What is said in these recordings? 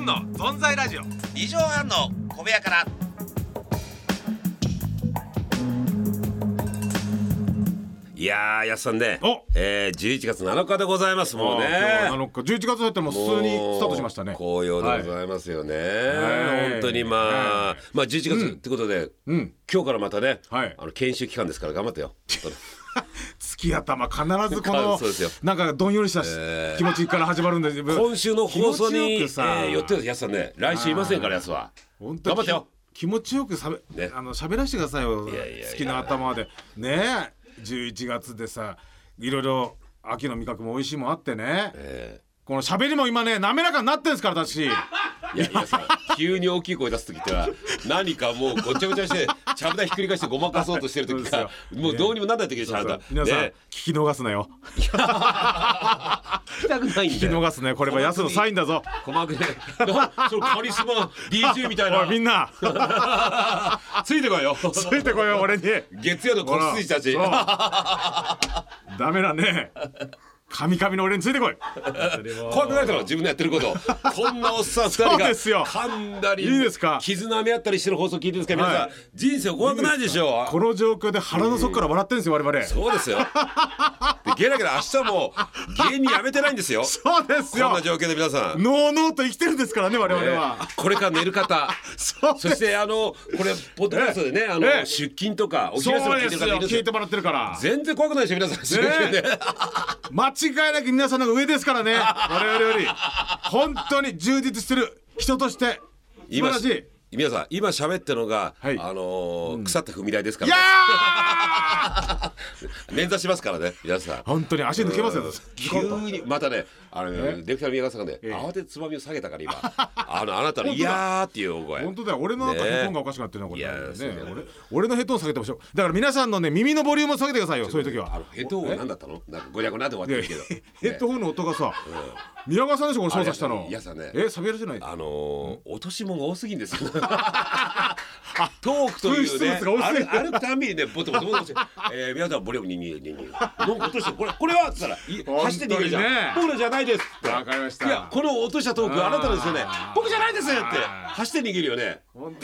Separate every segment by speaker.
Speaker 1: の存在ラジオ
Speaker 2: 二畳半の小部屋からいやーやっさんね
Speaker 3: お、
Speaker 2: えー、11月7日でございますもうね
Speaker 3: あ今日は7日11月になってもう普通にスタートしましたね
Speaker 2: もう紅葉でございますよね、
Speaker 3: はい
Speaker 2: 本当にまあ、
Speaker 3: はい
Speaker 2: まあ11月ってことで、
Speaker 3: うん
Speaker 2: 今日からまたね、
Speaker 3: はい
Speaker 2: あの研修期間ですから頑張 ってよ本
Speaker 3: 月頭必ずこ
Speaker 2: 必
Speaker 3: の
Speaker 2: ず そうですよ
Speaker 3: なんかどんよりしたし
Speaker 2: えー
Speaker 3: 気持ちから始 まるんで自
Speaker 2: 当
Speaker 3: 分
Speaker 2: に今週の放送
Speaker 3: 気
Speaker 2: に、
Speaker 3: 持ち
Speaker 2: え
Speaker 3: よくさ
Speaker 2: ー、寄ってるやつはね来週いませんからやつは
Speaker 3: 本
Speaker 2: 頑
Speaker 3: 当に
Speaker 2: 張ってよ
Speaker 3: 気持ちよくしゃべ、
Speaker 2: ね
Speaker 3: あの喋らせてくださいよ
Speaker 2: いやいやいや
Speaker 3: 好きな頭でねえ11月でさいろいろ秋の味覚も美味しいもんあってね、
Speaker 2: え
Speaker 3: この喋りも今ね滑らかになってんですから私
Speaker 2: ーいやいやさ急に大きい声出す時ってのは何かもうごちゃごちゃしてちゃぶ台ひっくり返してごまかそうとしてる時
Speaker 3: そう
Speaker 2: か
Speaker 3: ですよ
Speaker 2: もうどうにもなんない時でしょあなた
Speaker 3: 皆さん、
Speaker 2: ね
Speaker 3: 聞き逃すなよ
Speaker 2: 聞きたくないん
Speaker 3: 聞き
Speaker 2: だよ
Speaker 3: 逃すなよこれはやつのサインだぞ
Speaker 2: 鼓膜でな そのカリスマ DJ みたい
Speaker 3: お
Speaker 2: ない
Speaker 3: み んな
Speaker 2: ついてこいよ
Speaker 3: ついてこいよ俺に
Speaker 2: 月曜の
Speaker 3: ほら
Speaker 2: 子羊たち
Speaker 3: そうダメだねカミカミの俺についてこい
Speaker 2: 怖くないだろ自分のやってることこんなおっさん二人
Speaker 3: そう
Speaker 2: が
Speaker 3: ですよ
Speaker 2: 噛んだり
Speaker 3: いいですか
Speaker 2: 絆見合ったりしてる放送聞いてるんですか皆さん、
Speaker 3: はい
Speaker 2: 人生怖くないでしょ
Speaker 3: この状況で腹の底から笑ってるんですよ我々
Speaker 2: そうですよでゲラゲラ明日も芸人やめてないん ですよ
Speaker 3: そうです
Speaker 2: こん
Speaker 3: よ
Speaker 2: な状況で皆さん、
Speaker 3: ノーノーと生きてるんですからね我々
Speaker 2: え
Speaker 3: は、
Speaker 2: ーこれから寝る方
Speaker 3: そうです
Speaker 2: そしてあのこれポッドキャストでね、あの
Speaker 3: ええ
Speaker 2: 出勤とかお昼休み
Speaker 3: そう
Speaker 2: 聞い
Speaker 3: で
Speaker 2: てる
Speaker 3: す
Speaker 2: 方い
Speaker 3: よ
Speaker 2: るんです
Speaker 3: 聞
Speaker 2: よ
Speaker 3: いてもらってるから
Speaker 2: 全然怖くないでしょ皆さん、そういうね
Speaker 3: 間違いなく皆さんの方が上ですからね我々より本当に充実してる人として 素晴
Speaker 2: 今
Speaker 3: らしい
Speaker 2: 皆さん今喋ってるのが、
Speaker 3: はい
Speaker 2: あのー腐った踏み台ですか
Speaker 3: いや
Speaker 2: ら、ね、
Speaker 3: ー
Speaker 2: 捻挫しますからね皆さん
Speaker 3: 本当に足抜けますよ
Speaker 2: 急にまたねあのディレクターの宮川さんがね、
Speaker 3: え
Speaker 2: 慌ててつまみを下げたから今あのあなたの「いやー」っていう大声
Speaker 3: 本当だよ俺のなんか
Speaker 2: ね
Speaker 3: ヘッドホンがおかしくなってるなこれ
Speaker 2: いや
Speaker 3: ね
Speaker 2: そうだよ
Speaker 3: 俺俺のヘッドホン下げてほしいだから皆さんのね耳のボリュームを下げてくださいよそういう時
Speaker 2: あ
Speaker 3: は
Speaker 2: のヘッドホンは何だったのなんかごにゃごにゃって終わって
Speaker 3: いや
Speaker 2: る
Speaker 3: い
Speaker 2: け
Speaker 3: や
Speaker 2: ど、
Speaker 3: ヘッド
Speaker 2: ね
Speaker 3: ホンの音がさ宮川さんでしょこれ操作したの
Speaker 2: いやいやさね
Speaker 3: え喋らせない
Speaker 2: あのー、落とし物が多すぎんですよトークというね
Speaker 3: 紛失物が多すぎる
Speaker 2: 歩歩くたんびにねボトボトボトボト、えー、皆さんボリュームにににになんか落としてこれこれはっつったらい
Speaker 3: 当にね
Speaker 2: 走って逃げるじゃん、僕じゃないですって
Speaker 3: わかりました
Speaker 2: いやこの落としたトークあなたですよね
Speaker 3: あー
Speaker 2: 僕じゃないですって
Speaker 3: あー
Speaker 2: 走って逃げるよね
Speaker 3: 本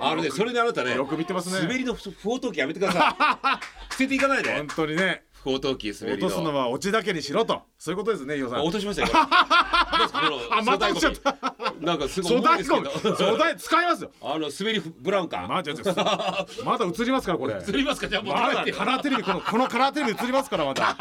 Speaker 2: あのね、それであなたね、
Speaker 3: よく見てますね
Speaker 2: 滑りの不不法投棄やめてください。捨てていかないで
Speaker 3: 本。当にね
Speaker 2: 不法投棄、滑
Speaker 3: 落
Speaker 2: りの。
Speaker 3: とすのはオチだけにしろとそういうことですね伊代さ
Speaker 2: あ
Speaker 3: ん
Speaker 2: 落としましたよ。あ
Speaker 3: あまた落ちちゃった
Speaker 2: なんかすごい重い
Speaker 3: 粗大
Speaker 2: ですけ
Speaker 3: ゴ
Speaker 2: ど
Speaker 3: ミ。 粗大使いますよ
Speaker 2: あの滑りブラウン感。
Speaker 3: まあじゃあじゃあ まだ映りますからこれ
Speaker 2: 釣りますかじゃあもう
Speaker 3: まだ
Speaker 2: 帰って。
Speaker 3: カラーテレビこのこのカラーテレビ映りますから まだ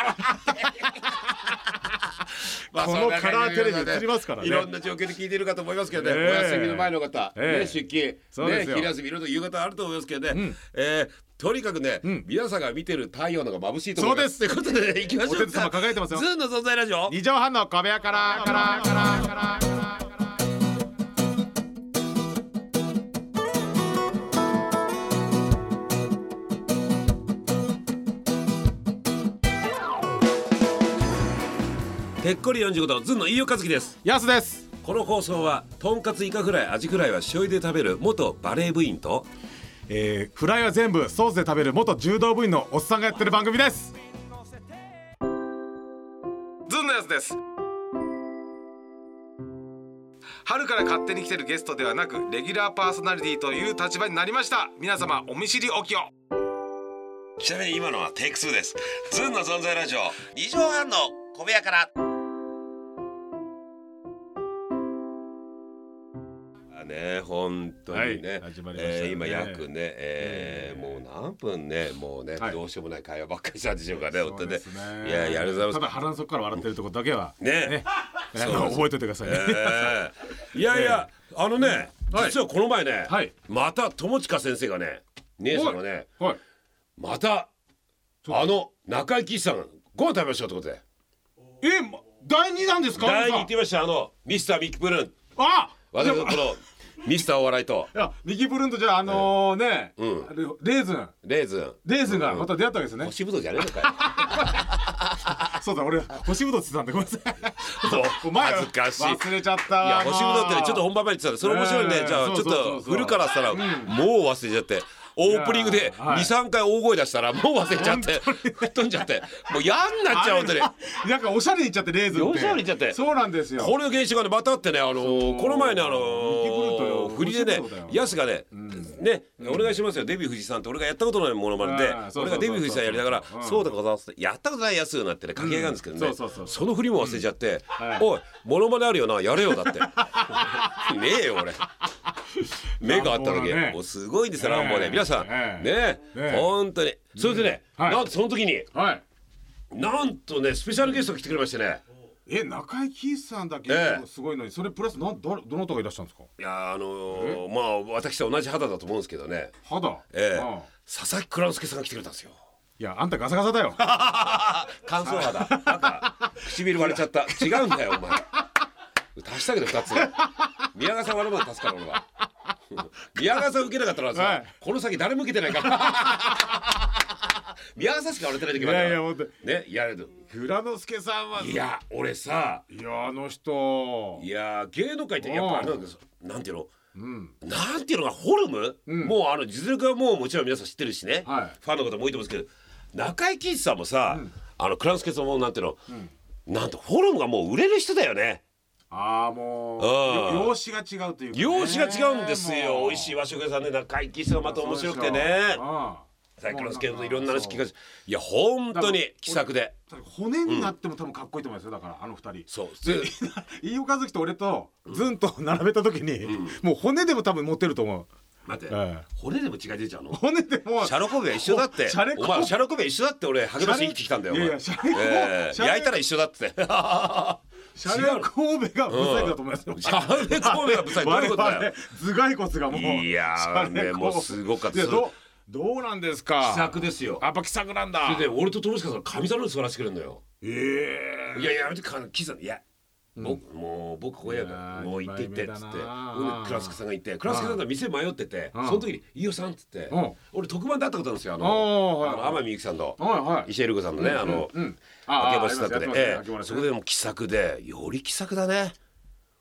Speaker 2: まあ
Speaker 3: この
Speaker 2: そんな感じ
Speaker 3: カラーテレビ
Speaker 2: で
Speaker 3: 映りますからね
Speaker 2: いろんな状況で聞いてるかと思いますけどね。お
Speaker 3: ええ
Speaker 2: 休みの前の方、
Speaker 3: ええ
Speaker 2: ね出勤、
Speaker 3: そうで
Speaker 2: ね
Speaker 3: すよ
Speaker 2: 昼休みいろいろ夕方あると思いますけど
Speaker 3: う
Speaker 2: ね
Speaker 3: ん。
Speaker 2: えーとにかくね
Speaker 3: ん、
Speaker 2: 皆さんが見てる太陽の方が眩しいと思います。
Speaker 3: そう
Speaker 2: ということでね行きましょうか。
Speaker 3: お天気様輝いてますよ
Speaker 2: ズーンの存在ラジオ。
Speaker 3: 二畳半の壁屋からからからから
Speaker 2: てっこり45度ずんの飯尾和樹です
Speaker 3: やすです
Speaker 2: この放送はとんかつイカフライアジフライは醤油で食べる元バレー部員と
Speaker 3: えー、フライは全部ソースで食べる元柔道部員のおっさんがやってる番組ですズンのやつです春から勝手に来てるゲストではなくレギュラーパーソナリティという立場になりました皆様お見知りおきを
Speaker 2: ちなみに今のはテイク2ですずんの存在ラジオ2畳半の小部屋からね本当にね、
Speaker 3: はい始まりました
Speaker 2: え
Speaker 3: ね
Speaker 2: ー今約ね、えーもう何分ねもうね、
Speaker 3: はい
Speaker 2: どうしようもない会話ばっかりしたんでしょうかね本当にね
Speaker 3: ね
Speaker 2: いやいやありがとうござ
Speaker 3: た
Speaker 2: いま
Speaker 3: だ
Speaker 2: す
Speaker 3: 腹の底から笑ってるとこだけ は
Speaker 2: ね
Speaker 3: なん
Speaker 2: そう
Speaker 3: か
Speaker 2: です
Speaker 3: 覚えておいてくださいね、
Speaker 2: ええいやいや、あのね、
Speaker 3: はい
Speaker 2: 実はこの前ね、
Speaker 3: はい
Speaker 2: また友近先生がね姉さんがね
Speaker 3: はい
Speaker 2: またあの中井貴一さんご飯食べましょうってことで
Speaker 3: えま第二弾ですか
Speaker 2: 第二行ってみましたあのミスターミッキプルーン
Speaker 3: あ
Speaker 2: 私のこのミスターお笑いと
Speaker 3: いや右ブルーンとじゃああのーね、
Speaker 2: うん
Speaker 3: あれレーズン
Speaker 2: レーズ ン
Speaker 3: レーズンがまた出会ったわけですよね、
Speaker 2: 干しぶどうじゃねえのか
Speaker 3: そうだ俺干しぶどうって言ってたんでごめんなさい
Speaker 2: よ
Speaker 3: お前
Speaker 2: 恥ずかしい
Speaker 3: 忘れちゃったわ
Speaker 2: いや干しぶどうってねちょっと本番前に言ってたんでそれ面白いね、
Speaker 3: ええ
Speaker 2: じゃあ
Speaker 3: そう
Speaker 2: ちょ
Speaker 3: そ
Speaker 2: っ
Speaker 3: うそうそう
Speaker 2: と振るからしたら、もう忘れちゃってオープニングで
Speaker 3: はい
Speaker 2: 23回大声出したらもう忘れちゃって吹っ飛んじゃってもう嫌になっちゃう本当に
Speaker 3: なんかおしゃれいっちゃってレーズンって
Speaker 2: おしゃれいっちゃって
Speaker 3: そうなんですよ
Speaker 2: この現象がねまたあってねあのーこの前ねあの
Speaker 3: 見てくるとよ
Speaker 2: ー振りで
Speaker 3: 面白い
Speaker 2: ね
Speaker 3: ことだよ
Speaker 2: ヤスがねねお願いしますよデヴィ夫人さんって俺がやったことないものまねで
Speaker 3: あーそ
Speaker 2: 俺
Speaker 3: うそうそうそう
Speaker 2: がデヴィ夫人さんやりながら
Speaker 3: うん
Speaker 2: そうでございますってやったことないやつなんてね掛け合いがあるんですけど
Speaker 3: う
Speaker 2: ね
Speaker 3: んそうそうそう
Speaker 2: その振りも忘れちゃって
Speaker 3: はい
Speaker 2: おいものまねあるよなやれよ だってねえよ俺目があっただ
Speaker 3: 乱暴だね
Speaker 2: けもうすごいんですよ
Speaker 3: ええ
Speaker 2: 乱暴ね皆さん
Speaker 3: え
Speaker 2: ね
Speaker 3: ええ
Speaker 2: 本当にそれでね
Speaker 3: うんはい
Speaker 2: なんとその時に
Speaker 3: はい
Speaker 2: なんとねスペシャルゲストが来てくれましてね
Speaker 3: え中井貴一さんだけ
Speaker 2: ええ
Speaker 3: すごいのにそれプラスなどどなたがいらっしゃるんですか
Speaker 2: いやーあのーまあ私と同じ肌だと思うんですけどね、
Speaker 3: 肌
Speaker 2: ええ
Speaker 3: うん
Speaker 2: 佐々木蔵之介さんが来てくれたんですよ
Speaker 3: いやあんたガサガサだよ
Speaker 2: 乾燥肌なんか唇割れちゃった違うんだよお前足したけど2つ宮川さん割るまで足すから俺は 宮川さん受けなかったらさ、
Speaker 3: はい
Speaker 2: この先誰も受けてないから 宮川さんしか割 れてない時
Speaker 3: い
Speaker 2: もあるか
Speaker 3: や
Speaker 2: ら
Speaker 3: いや本当に
Speaker 2: ねやれる
Speaker 3: 蔵之介さんはい
Speaker 2: や俺さ
Speaker 3: いやあの人
Speaker 2: いやー芸能界ってやっぱあれなんですなんていうの
Speaker 3: うん
Speaker 2: なんていうのかフォルム、
Speaker 3: うん
Speaker 2: もうあの実力はもうもちろん皆さん知ってるしね、
Speaker 3: はい
Speaker 2: ファンの方も多いと思うんですけど中井貴一さんもさ、
Speaker 3: ん
Speaker 2: あのクランスケさんもなんていうの、なんとフォルムがもう売れる人だよね
Speaker 3: ああもう
Speaker 2: うん
Speaker 3: よ様子が違うというかね
Speaker 2: 容姿が違うんですよ、
Speaker 3: もう
Speaker 2: 美味しい和食屋さんで中井貴一さんがまた面白くて
Speaker 3: そうで
Speaker 2: ね
Speaker 3: しょうん
Speaker 2: さっきクランスケのいろんな話聞
Speaker 3: も
Speaker 2: か
Speaker 3: う
Speaker 2: せていや本当に気さくで
Speaker 3: なんかそう骨になっても多分かっこいいと思いますよだからあの二人
Speaker 2: そうで
Speaker 3: 飯尾和樹と俺とずんと 並べた時に、もう骨でも多分持ってると思う
Speaker 2: 待って、
Speaker 3: ええ
Speaker 2: 骨でも違い出ちゃ うの
Speaker 3: 骨でも
Speaker 2: シャロコビは一緒だって
Speaker 3: シャレコ
Speaker 2: お前シャロコビは一緒だって俺励ましに生きてきたんだよお
Speaker 3: いや
Speaker 2: 前
Speaker 3: いやシャレコ
Speaker 2: ええ
Speaker 3: シャレ
Speaker 2: 焼いたら一緒だって
Speaker 3: シャレ神戸がブサイクだと思いますよ、
Speaker 2: シャレコビはぶさいどういうことだよ
Speaker 3: 頭蓋骨がもう
Speaker 2: いやーねもうすごかった
Speaker 3: いやどうどうなんですか
Speaker 2: 気さくですよ
Speaker 3: やっぱ気さくなんだ
Speaker 2: それで俺と友近さん神様の素晴らしくれるのよ
Speaker 3: ええ
Speaker 2: いやいややめてかキさんいや僕もう僕ここやから
Speaker 3: いやー
Speaker 2: もう行って行ってっつっ
Speaker 3: 一
Speaker 2: て
Speaker 3: 枚目だな
Speaker 2: ほんでクラスケさんが行ってクラスケさんが店迷っててそ
Speaker 3: ん
Speaker 2: の時に飯尾さんっつって
Speaker 3: うん
Speaker 2: 俺特番で会ったことあるんですよあ
Speaker 3: おー
Speaker 2: の
Speaker 3: はい
Speaker 2: あの天海祐希さんと
Speaker 3: はいはい
Speaker 2: 石井瑠子さんのねあの
Speaker 3: うん
Speaker 2: 明け
Speaker 3: あー
Speaker 2: 星だっ
Speaker 3: あ
Speaker 2: た
Speaker 3: り
Speaker 2: で
Speaker 3: ますね
Speaker 2: え
Speaker 3: あり
Speaker 2: え
Speaker 3: ます
Speaker 2: そ
Speaker 3: ね
Speaker 2: こでも気さくでより気さくだね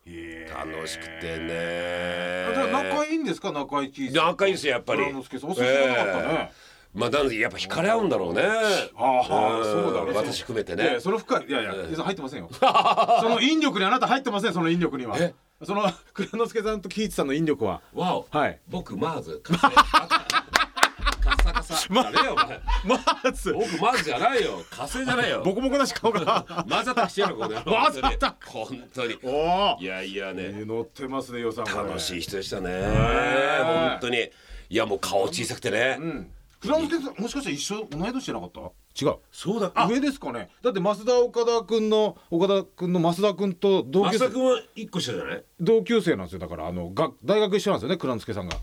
Speaker 3: へー
Speaker 2: 楽しくて
Speaker 3: あじゃあ仲
Speaker 2: ね
Speaker 3: いいんですか仲いいキー
Speaker 2: 仲いいですよやっぱり
Speaker 3: 蔵之介さんお寿司じゃなかった
Speaker 2: え
Speaker 3: ね
Speaker 2: え、まあなんでやっぱ惹かれ合うんだろうね
Speaker 3: ああ、
Speaker 2: ん
Speaker 3: そうだね
Speaker 2: 私含めて
Speaker 3: いやい
Speaker 2: ね
Speaker 3: やその深いいやいや、いや入ってませんよ その引力にあなた入ってませんその引力には
Speaker 2: え
Speaker 3: その 蔵之介さんと喜一さんの引力は
Speaker 2: わお、
Speaker 3: はい
Speaker 2: 僕マーズカッサカサまあねよお前
Speaker 3: まず
Speaker 2: 僕マーズじゃないよ火星じゃないよ
Speaker 3: ボコボコだし顔が
Speaker 2: マザタクしてやろこの野郎
Speaker 3: マザタ
Speaker 2: 本当に
Speaker 3: おお
Speaker 2: いやいやね
Speaker 3: 乗ってますね予算
Speaker 2: 楽しい
Speaker 3: い
Speaker 2: 人でしたね
Speaker 3: ー
Speaker 2: 本当にいやもう顔小さくてね、
Speaker 3: うん蔵之介さんもしかして一緒同い年じゃなかった違う
Speaker 2: そうだ
Speaker 3: 上ですかねだって増田岡田君の岡田君の増田君と同級
Speaker 2: 増田
Speaker 3: 生
Speaker 2: 君は一個下じゃない
Speaker 3: 同級生なんですよだからあのが大学一緒なんですよね蔵之介さんが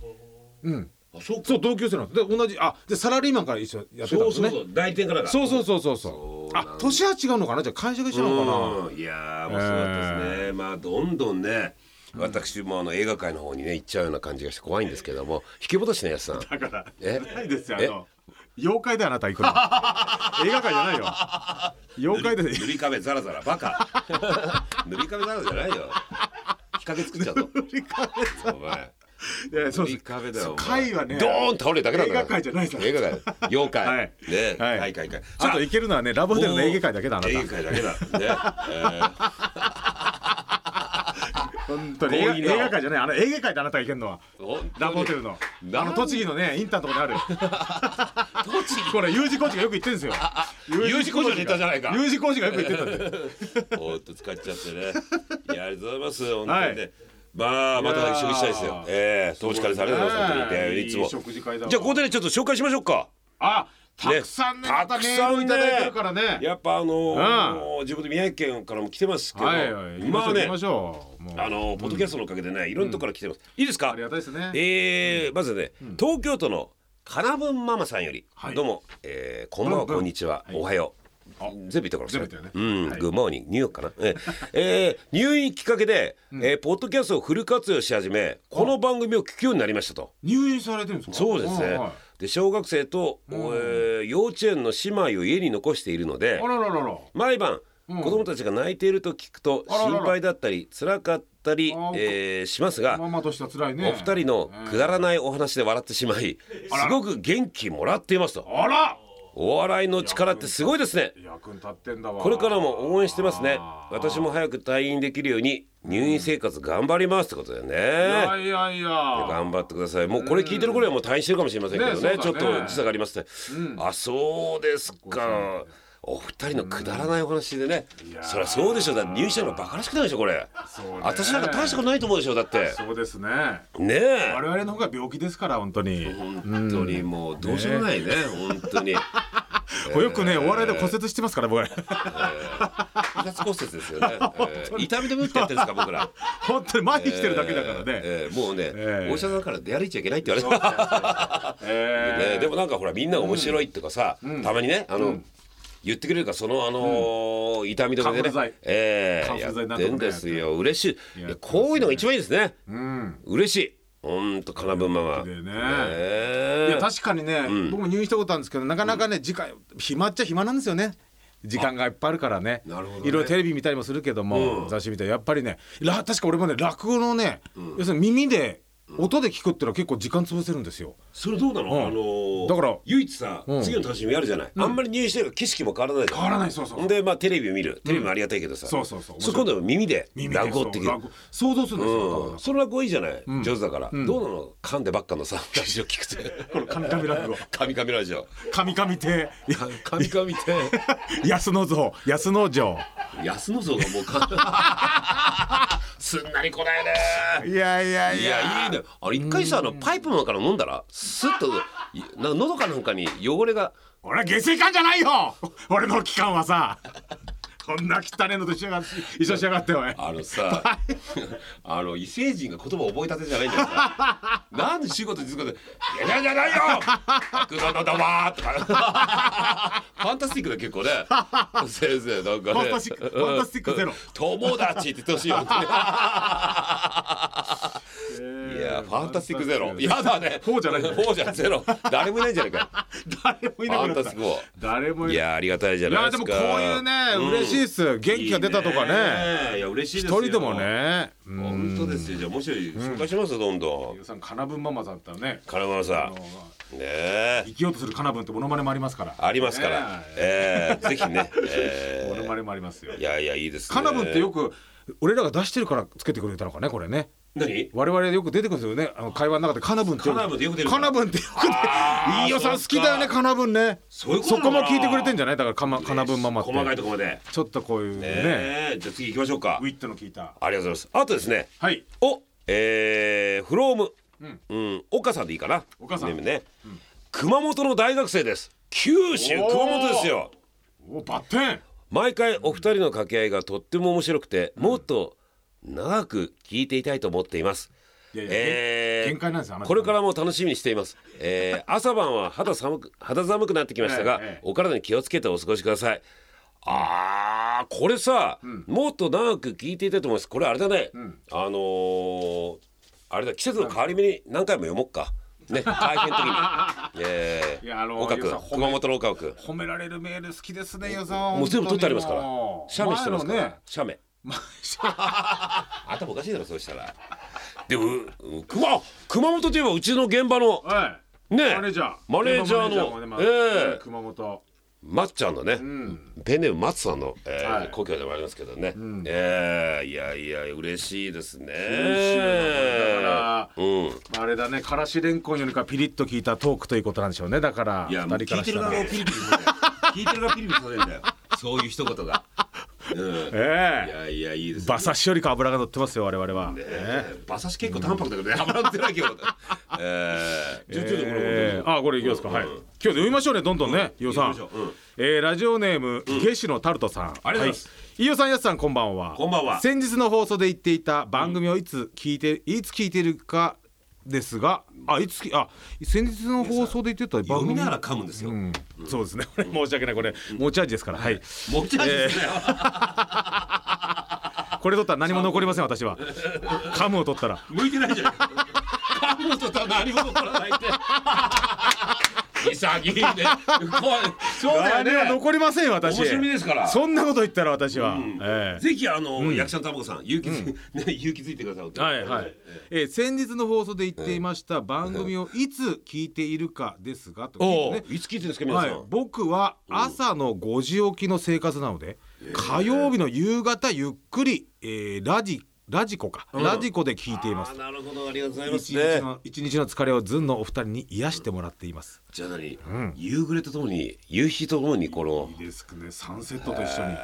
Speaker 3: うん
Speaker 2: あそうか
Speaker 3: そう同級生なんですで同じあでサラリーマンから一緒やってたん
Speaker 2: そ
Speaker 3: で
Speaker 2: う
Speaker 3: す
Speaker 2: そう
Speaker 3: ね
Speaker 2: そう大天からだ
Speaker 3: そうそうそうそう
Speaker 2: そ
Speaker 3: そうう
Speaker 2: なんだ
Speaker 3: あ年は違うのかなじゃあ会社が一緒なのか
Speaker 2: うんいやーもうそうだったですね、まあどんどんね私もあの映画界の方にね行っちゃうような感じがして怖いんですけども引き戻しねやすさん
Speaker 3: なだから
Speaker 2: え
Speaker 3: ないですよあ
Speaker 2: え
Speaker 3: の妖怪であなた行く の映画館じゃないよ妖怪で
Speaker 2: 塗り壁ザラザラバ カ塗り壁ザラザラじゃないよ日陰作っちゃうと
Speaker 3: 塗り壁
Speaker 2: お前
Speaker 3: いやそ
Speaker 2: 塗
Speaker 3: うで
Speaker 2: り
Speaker 3: す
Speaker 2: 壁だよお前
Speaker 3: 会はね
Speaker 2: ドーン倒れるだけなんだから
Speaker 3: 映画界じゃないですよ
Speaker 2: 映画界妖怪、
Speaker 3: はい
Speaker 2: ね
Speaker 3: はい
Speaker 2: はいはいはい
Speaker 3: ちょっと行けるのはねラブホテルの映画界だけだあな
Speaker 2: 映画界だけだね、えー
Speaker 3: た本当に映
Speaker 2: 強
Speaker 3: 画映
Speaker 2: 引な
Speaker 3: 画界じゃないあの映画界であなたが行けるのは
Speaker 2: お
Speaker 3: ラブホテルの
Speaker 2: なん
Speaker 3: あの栃木のねインターのとこにある栃木これ U 字工事がよく言って るんですよ
Speaker 2: U 字工事のネタじゃないか
Speaker 3: U 字工事がよく言ってたんで
Speaker 2: おーっと使っちゃってね。いやありがとうございます。本当にね。
Speaker 3: は
Speaker 2: まあまた一緒にしたいです
Speaker 3: いや
Speaker 2: よ
Speaker 3: ー。
Speaker 2: ええ投資家ですありがとうございます。本当に、ええいつも。
Speaker 3: い食事会だわ
Speaker 2: じゃあここでねちょっと紹介しましょうか。
Speaker 3: あたくさんねまたメールいただいてるからね
Speaker 2: やっぱあのー
Speaker 3: う
Speaker 2: 自分で宮城県からも来てますけど、
Speaker 3: はいはい
Speaker 2: 今はね
Speaker 3: 行きましょう行きましょうもう
Speaker 2: あのーポッドキャストのおかげでねいろんなところから来てます。いいですか
Speaker 3: あり。がたいですね
Speaker 2: ええまずね東京都のかなぶんママさんより
Speaker 3: はい
Speaker 2: どうもええこんばんは
Speaker 3: ぶんぶん
Speaker 2: こんにちはおはよう。全部言ったから
Speaker 3: 全部言ったよ
Speaker 2: うん、グッモーニングニューヨークかな、えーえー入院きっかけで、えーポッドキャストをフル活用し始めこの番組を聞くようになりましたと
Speaker 3: 入院されてるんですか
Speaker 2: そうです
Speaker 3: はい
Speaker 2: ね
Speaker 3: はい
Speaker 2: で小学生と、えー幼稚園の姉妹を家に残しているので
Speaker 3: あらららら
Speaker 2: 毎晩
Speaker 3: うん
Speaker 2: 子供たちが泣いていると聞くと
Speaker 3: あららら
Speaker 2: 心配だったり辛かっったり
Speaker 3: あー、
Speaker 2: えーしますが
Speaker 3: ママとしては辛い
Speaker 2: お
Speaker 3: ね
Speaker 2: 二人のくだらないお話で笑ってしまいすごく元気もらっていますと
Speaker 3: あら
Speaker 2: お笑いの力ってすごいですね
Speaker 3: 役に立ってんだわ
Speaker 2: これからも応援してますね
Speaker 3: あー
Speaker 2: 私も早く退院できるように入院生活頑張りますってことだよ
Speaker 3: いや
Speaker 2: ね
Speaker 3: いやいや
Speaker 2: 頑張ってくださいもうこれ聞いてる頃にはもう退院してるかもしれませんけどね
Speaker 3: ねそうだね
Speaker 2: ちょっと時差がありますね、あそうですかお二人のくだらないお話でね、
Speaker 3: やー
Speaker 2: そりゃそうでしょだって入院したのバカらしくないでしょこれ、
Speaker 3: そうね
Speaker 2: 私なんか大したことないと思うでしょだって
Speaker 3: そうですね我
Speaker 2: ねえ
Speaker 3: 々の方が病気ですから本当に
Speaker 2: 本当にもうどうしようもないね本当 に
Speaker 3: これよくねお笑いで骨折してますから僕ら
Speaker 2: 複雑骨折ですよね、えー痛み止め打ってやってるんですか僕 ら
Speaker 3: 本当に麻痺してるだけだからね
Speaker 2: えーえーもうね、
Speaker 3: えー
Speaker 2: お医者さんから出歩いちゃいけないって言われてる、ね、
Speaker 3: え
Speaker 2: でもなんかほらみんなが面白いっていうかさ、たまにねあの、言ってくれるからそのあのー痛み止めで
Speaker 3: カンフル剤
Speaker 2: ね、え
Speaker 3: カン
Speaker 2: ー、
Speaker 3: フ
Speaker 2: や
Speaker 3: ル剤
Speaker 2: っ
Speaker 3: なんとかね
Speaker 2: てんですよ嬉しいい
Speaker 3: や
Speaker 2: やこういうのが一番いいですね、
Speaker 3: うん
Speaker 2: 嬉しいほんとかなぶんママ
Speaker 3: でね
Speaker 2: え
Speaker 3: いや確かにね僕も入院したことあるんですけどなかなかね時間暇っちゃ暇なんですよね時間がいっぱいあるからね
Speaker 2: なるほどね
Speaker 3: いろいろテレビ見たりもするけども、
Speaker 2: うん
Speaker 3: 雑誌見たりやっぱりねら確か俺もね落語のね、要するに耳で音で聞くってのは結構時間潰せるんですよ。
Speaker 2: それどうなの、
Speaker 3: うん
Speaker 2: あのー
Speaker 3: だから
Speaker 2: 唯一さ、
Speaker 3: うん
Speaker 2: 次の楽しみあるじゃない、あんまり入院してるから景色も変わらない変
Speaker 3: 変わらないそうそうそうん
Speaker 2: でまあテレビ見るテレビもありがたいけどさ、
Speaker 3: そうそうそう
Speaker 2: そこで耳で
Speaker 3: 耳で
Speaker 2: 落語ってきる
Speaker 3: そう落語想像するんですよ。
Speaker 2: うん、それは語いいじゃない、上手だから、どうなの噛んでばっかの さラジオ聞くて
Speaker 3: この神々落語。
Speaker 2: カミカミラジオ
Speaker 3: 神々亭
Speaker 2: かカミカミって
Speaker 3: 安野像安野城。
Speaker 2: 安野像がもうか すんなりこないね
Speaker 3: いやいや
Speaker 2: い
Speaker 3: いや。
Speaker 2: やいいねあれ一回さあのパイプのから飲んだらスッといな喉かなんかに汚れが
Speaker 3: 俺は下水管じゃないよ。俺の期間はさ。こんな汚ねのと一緒が一緒しやがっておい。
Speaker 2: あの さあの異星人が言葉覚えたてじゃないんだよ さなんで仕事に就くこと「いやいやじゃないよ!」「悪のだわ!」とかファンタスティックだ結構ね 先生なんかね
Speaker 3: ファンタスティックファンタスティックゼロ
Speaker 2: 友達って言ってほしいよいやファンタスティックゼロやだね
Speaker 3: フォーじゃない
Speaker 2: フォーじゃゼロ誰もいないんじゃない か
Speaker 3: 誰もいなくな
Speaker 2: ファン
Speaker 3: っ
Speaker 2: タ
Speaker 3: た
Speaker 2: スティックを
Speaker 3: 誰もいない
Speaker 2: いやありがたいじゃ
Speaker 3: い
Speaker 2: ない
Speaker 3: や
Speaker 2: で
Speaker 3: ですも
Speaker 2: か
Speaker 3: こういうね、嬉しいです元気が出たとか
Speaker 2: いい
Speaker 3: ね
Speaker 2: ねいや嬉しい
Speaker 3: 一
Speaker 2: ですよ
Speaker 3: 人でもねうん
Speaker 2: 本当ですよじゃあもし紹介しますよどんどん
Speaker 3: 皆さんかなぶんママさんだったらね
Speaker 2: 金丸さんねえ
Speaker 3: 生きようとするかなぶんってモノマネもありますから
Speaker 2: ありますから、
Speaker 3: ね
Speaker 2: えーぜひね、え
Speaker 3: モノマネもありますよ
Speaker 2: ーいやいやいいですね
Speaker 3: かなぶんってよく俺らが出してるからつけてくれたのかねこれね
Speaker 2: 何
Speaker 3: 我々よく出てくるんですよねあの会話の中でかなぶんって
Speaker 2: カナブンってよく出る
Speaker 3: かなぶんってよく出る
Speaker 2: あー
Speaker 3: 飯尾さん
Speaker 2: そ
Speaker 3: 好
Speaker 2: うか
Speaker 3: きだよねかなぶんね
Speaker 2: そういうことなの
Speaker 3: こも聞いてくれてんじゃないだからかまかなぶんママって
Speaker 2: 細かいとこまでね
Speaker 3: ちょっとこういうね
Speaker 2: えじゃあ次行きましょうか
Speaker 3: ウィットの聞いた
Speaker 2: ありがとうございますあとですね
Speaker 3: はい
Speaker 2: おえー、フローム
Speaker 3: ん
Speaker 2: うん岡さんでいいかな
Speaker 3: 岡さん
Speaker 2: ねね熊本の大学生です九州
Speaker 3: おー
Speaker 2: 熊本ですよ
Speaker 3: おバッテン
Speaker 2: 毎回お二人の掛け合いがとっても面白くて、もっと長く聞いていたいと思っています
Speaker 3: いやいや
Speaker 2: えー
Speaker 3: 限界なんですよ話
Speaker 2: これからも楽しみにしています、 えー朝晩は肌寒く肌寒くなってきましたが、
Speaker 3: ええええ
Speaker 2: お体に気をつけてお過ごしくださいあーこれさ、もっと長く聞いていたいと思いますこれあれだね、あのーあれだ季節の変わり目に何回も読もうか ね大変の時にえー、
Speaker 3: いやあのー
Speaker 2: 岡君
Speaker 3: ゆうさん褒め
Speaker 2: 熊本の岡君
Speaker 3: 褒められるメール好きですね、よさん。
Speaker 2: もう全部取ってありますから
Speaker 3: 本
Speaker 2: 写
Speaker 3: 当に
Speaker 2: メ
Speaker 3: もう
Speaker 2: してますか
Speaker 3: 前の
Speaker 2: ら
Speaker 3: ね
Speaker 2: 写メ
Speaker 3: ま
Speaker 2: 頭おかしいだろそうしたらでもうう熊熊本といえばうちの現場の
Speaker 3: あ
Speaker 2: ね
Speaker 3: はい。マネージャー。
Speaker 2: マネージャーの
Speaker 3: 現場マネもねまあ
Speaker 2: ええ
Speaker 3: 熊本。
Speaker 2: まっちゃんのね、ペンネームまっさんの、えー
Speaker 3: はい
Speaker 2: 故郷でもありますけどね、えーいやいや嬉しいですね
Speaker 3: 嬉しいなこれだから
Speaker 2: うん
Speaker 3: まあ、あれだね、からしれんこんよりかピリッと聞いたトークということなんでしょうね。だから、
Speaker 2: いやもう
Speaker 3: 二人か
Speaker 2: 聞い
Speaker 3: ら
Speaker 2: て
Speaker 3: し
Speaker 2: る
Speaker 3: たら
Speaker 2: 側がピリピリするんだよ聞いてる側ピリピリされるんだよそういう一言が、うん、い
Speaker 3: ええ
Speaker 2: やいやいいですね
Speaker 3: 馬刺しよりか油が乗ってますよ、我々は。え
Speaker 2: えー馬刺し結構淡白だけどね、油乗ってないけど。えー、
Speaker 3: え
Speaker 2: 順調にこれ、
Speaker 3: ええあ、これいきますか。はい。今日で読みましょうね、どんどんね、よさ
Speaker 2: 行きま
Speaker 3: ん
Speaker 2: し。ょううん
Speaker 3: えーラジオネーム、ゲシのタルトさん
Speaker 2: ありがとうございます
Speaker 3: はい、飯尾さんやすさんこんばんは
Speaker 2: こんばんは
Speaker 3: 先日の放送で言っていた番組をいつ聞いて、いつ聞いているかですがあいつきあ先日の放送で言ってた番
Speaker 2: 読み
Speaker 3: 組
Speaker 2: ながら噛むんですよ。
Speaker 3: うんそうですねこれ申し訳ないこれ持ち味ですから、はい
Speaker 2: 持ち味ですね。
Speaker 3: これ取ったら何も残りません私はカムを取ったら
Speaker 2: 向いてないじゃん。噛むとた何も起こらないって。潔い ね。怖いそうだ
Speaker 3: あ
Speaker 2: よ
Speaker 3: れは
Speaker 2: ね。
Speaker 3: 残りませんよ私
Speaker 2: 面白みですから
Speaker 3: そんなこと言ったら私は、ええ
Speaker 2: ぜひあの、役者の卵さん勇気づ、 ね勇気づいてください。
Speaker 3: はいはい。、えー先日の放送で言っていました番組をいつ聞いているかですがというね
Speaker 2: いつ聞いてるんですか皆
Speaker 3: は
Speaker 2: さん。
Speaker 3: い、僕は朝の5時起きの生活なので、火曜日の夕方ゆっくり、えーラジラジコか、ラジコで聞いています
Speaker 2: あーなるほどありがとうございます
Speaker 3: 一
Speaker 2: ね
Speaker 3: 日。の一日の疲れをずんのお二人に癒してもらっています、
Speaker 2: じゃあ何、夕暮れとともに夕日とともにこの
Speaker 3: いいですねサンセットと一緒に、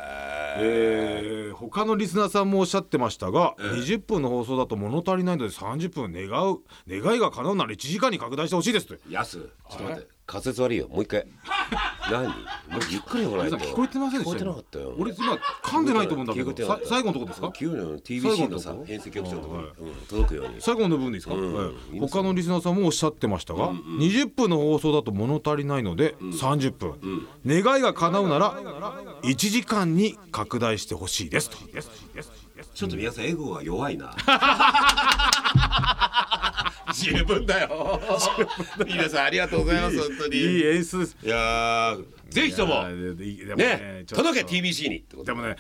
Speaker 3: えー他のリスナーさんもおっしゃってましたが、20分の放送だと物足りないので30分願う願いが叶うなら1時間に拡大してほしいですと
Speaker 2: やすちょっと待って滑舌悪いよもう一 回何もうゆっくりやらない
Speaker 3: 皆
Speaker 2: と
Speaker 3: さん聞こえてませんで
Speaker 2: 聞こ
Speaker 3: し
Speaker 2: え
Speaker 3: た
Speaker 2: てなかったよ
Speaker 3: 俺今噛んでないと思うんだけ
Speaker 2: 聞こえて
Speaker 3: ど
Speaker 2: なかっ
Speaker 3: さ
Speaker 2: た
Speaker 3: 最後のとこですか
Speaker 2: 急にあの TBC の
Speaker 3: 最
Speaker 2: さ
Speaker 3: 後のとこ
Speaker 2: 編成局長のところに、うん届くように
Speaker 3: 最後の部分でいいですか、
Speaker 2: ん
Speaker 3: はい他のリスナーさんもおっしゃってましたが、20分の放送だと物足りないので30分、願いが叶うなら1時間に拡大してほしいですと
Speaker 2: ちょっと皆さんエゴが弱いな十分だよ皆さんありがとうございます本当に
Speaker 3: いい演出です
Speaker 2: いやーぜひとも
Speaker 3: いやでも
Speaker 2: ね
Speaker 3: ちょっと
Speaker 2: 届け TBC にってこと
Speaker 3: でもね、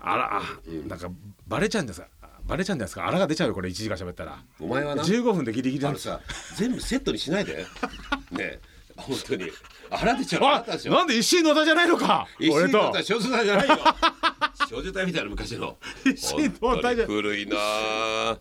Speaker 3: あらあなんかバレちゃうんですかバレちゃうんですかあらが出ちゃうよこれ1時間喋ったら
Speaker 2: お前はな
Speaker 3: 15分でギリギリ
Speaker 2: あ
Speaker 3: なん
Speaker 2: の
Speaker 3: です
Speaker 2: さ全部セットにしないでねえ本当に荒出ちゃう
Speaker 3: あ
Speaker 2: たでしょ
Speaker 3: なんで石井野田じゃないのか
Speaker 2: 石井
Speaker 3: 俺
Speaker 2: の
Speaker 3: と
Speaker 2: 歌少女隊じゃ ないよ少女隊みたいな昔の
Speaker 3: 石井の歌じゃ
Speaker 2: 本当に古いなあ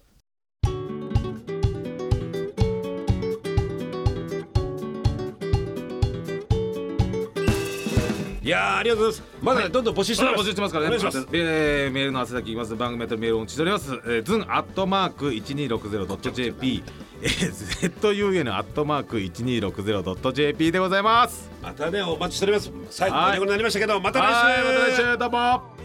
Speaker 2: いやあありがとうございますまだねどんどん募集して
Speaker 3: それ
Speaker 2: ま
Speaker 3: は
Speaker 2: す
Speaker 3: 募集してますから
Speaker 2: お願
Speaker 3: ね。
Speaker 2: いします
Speaker 3: えーメールの宛先言います。番組やってるメールをお待ちしております。えー、ズンアットマーク一二六ゼロドット jp、えー、z u n アットマーク一二六ゼロドット jp でございます。
Speaker 2: またねお待ちしております最後
Speaker 3: はい
Speaker 2: これになりましたけどまた来週
Speaker 3: はい、また来週どうも。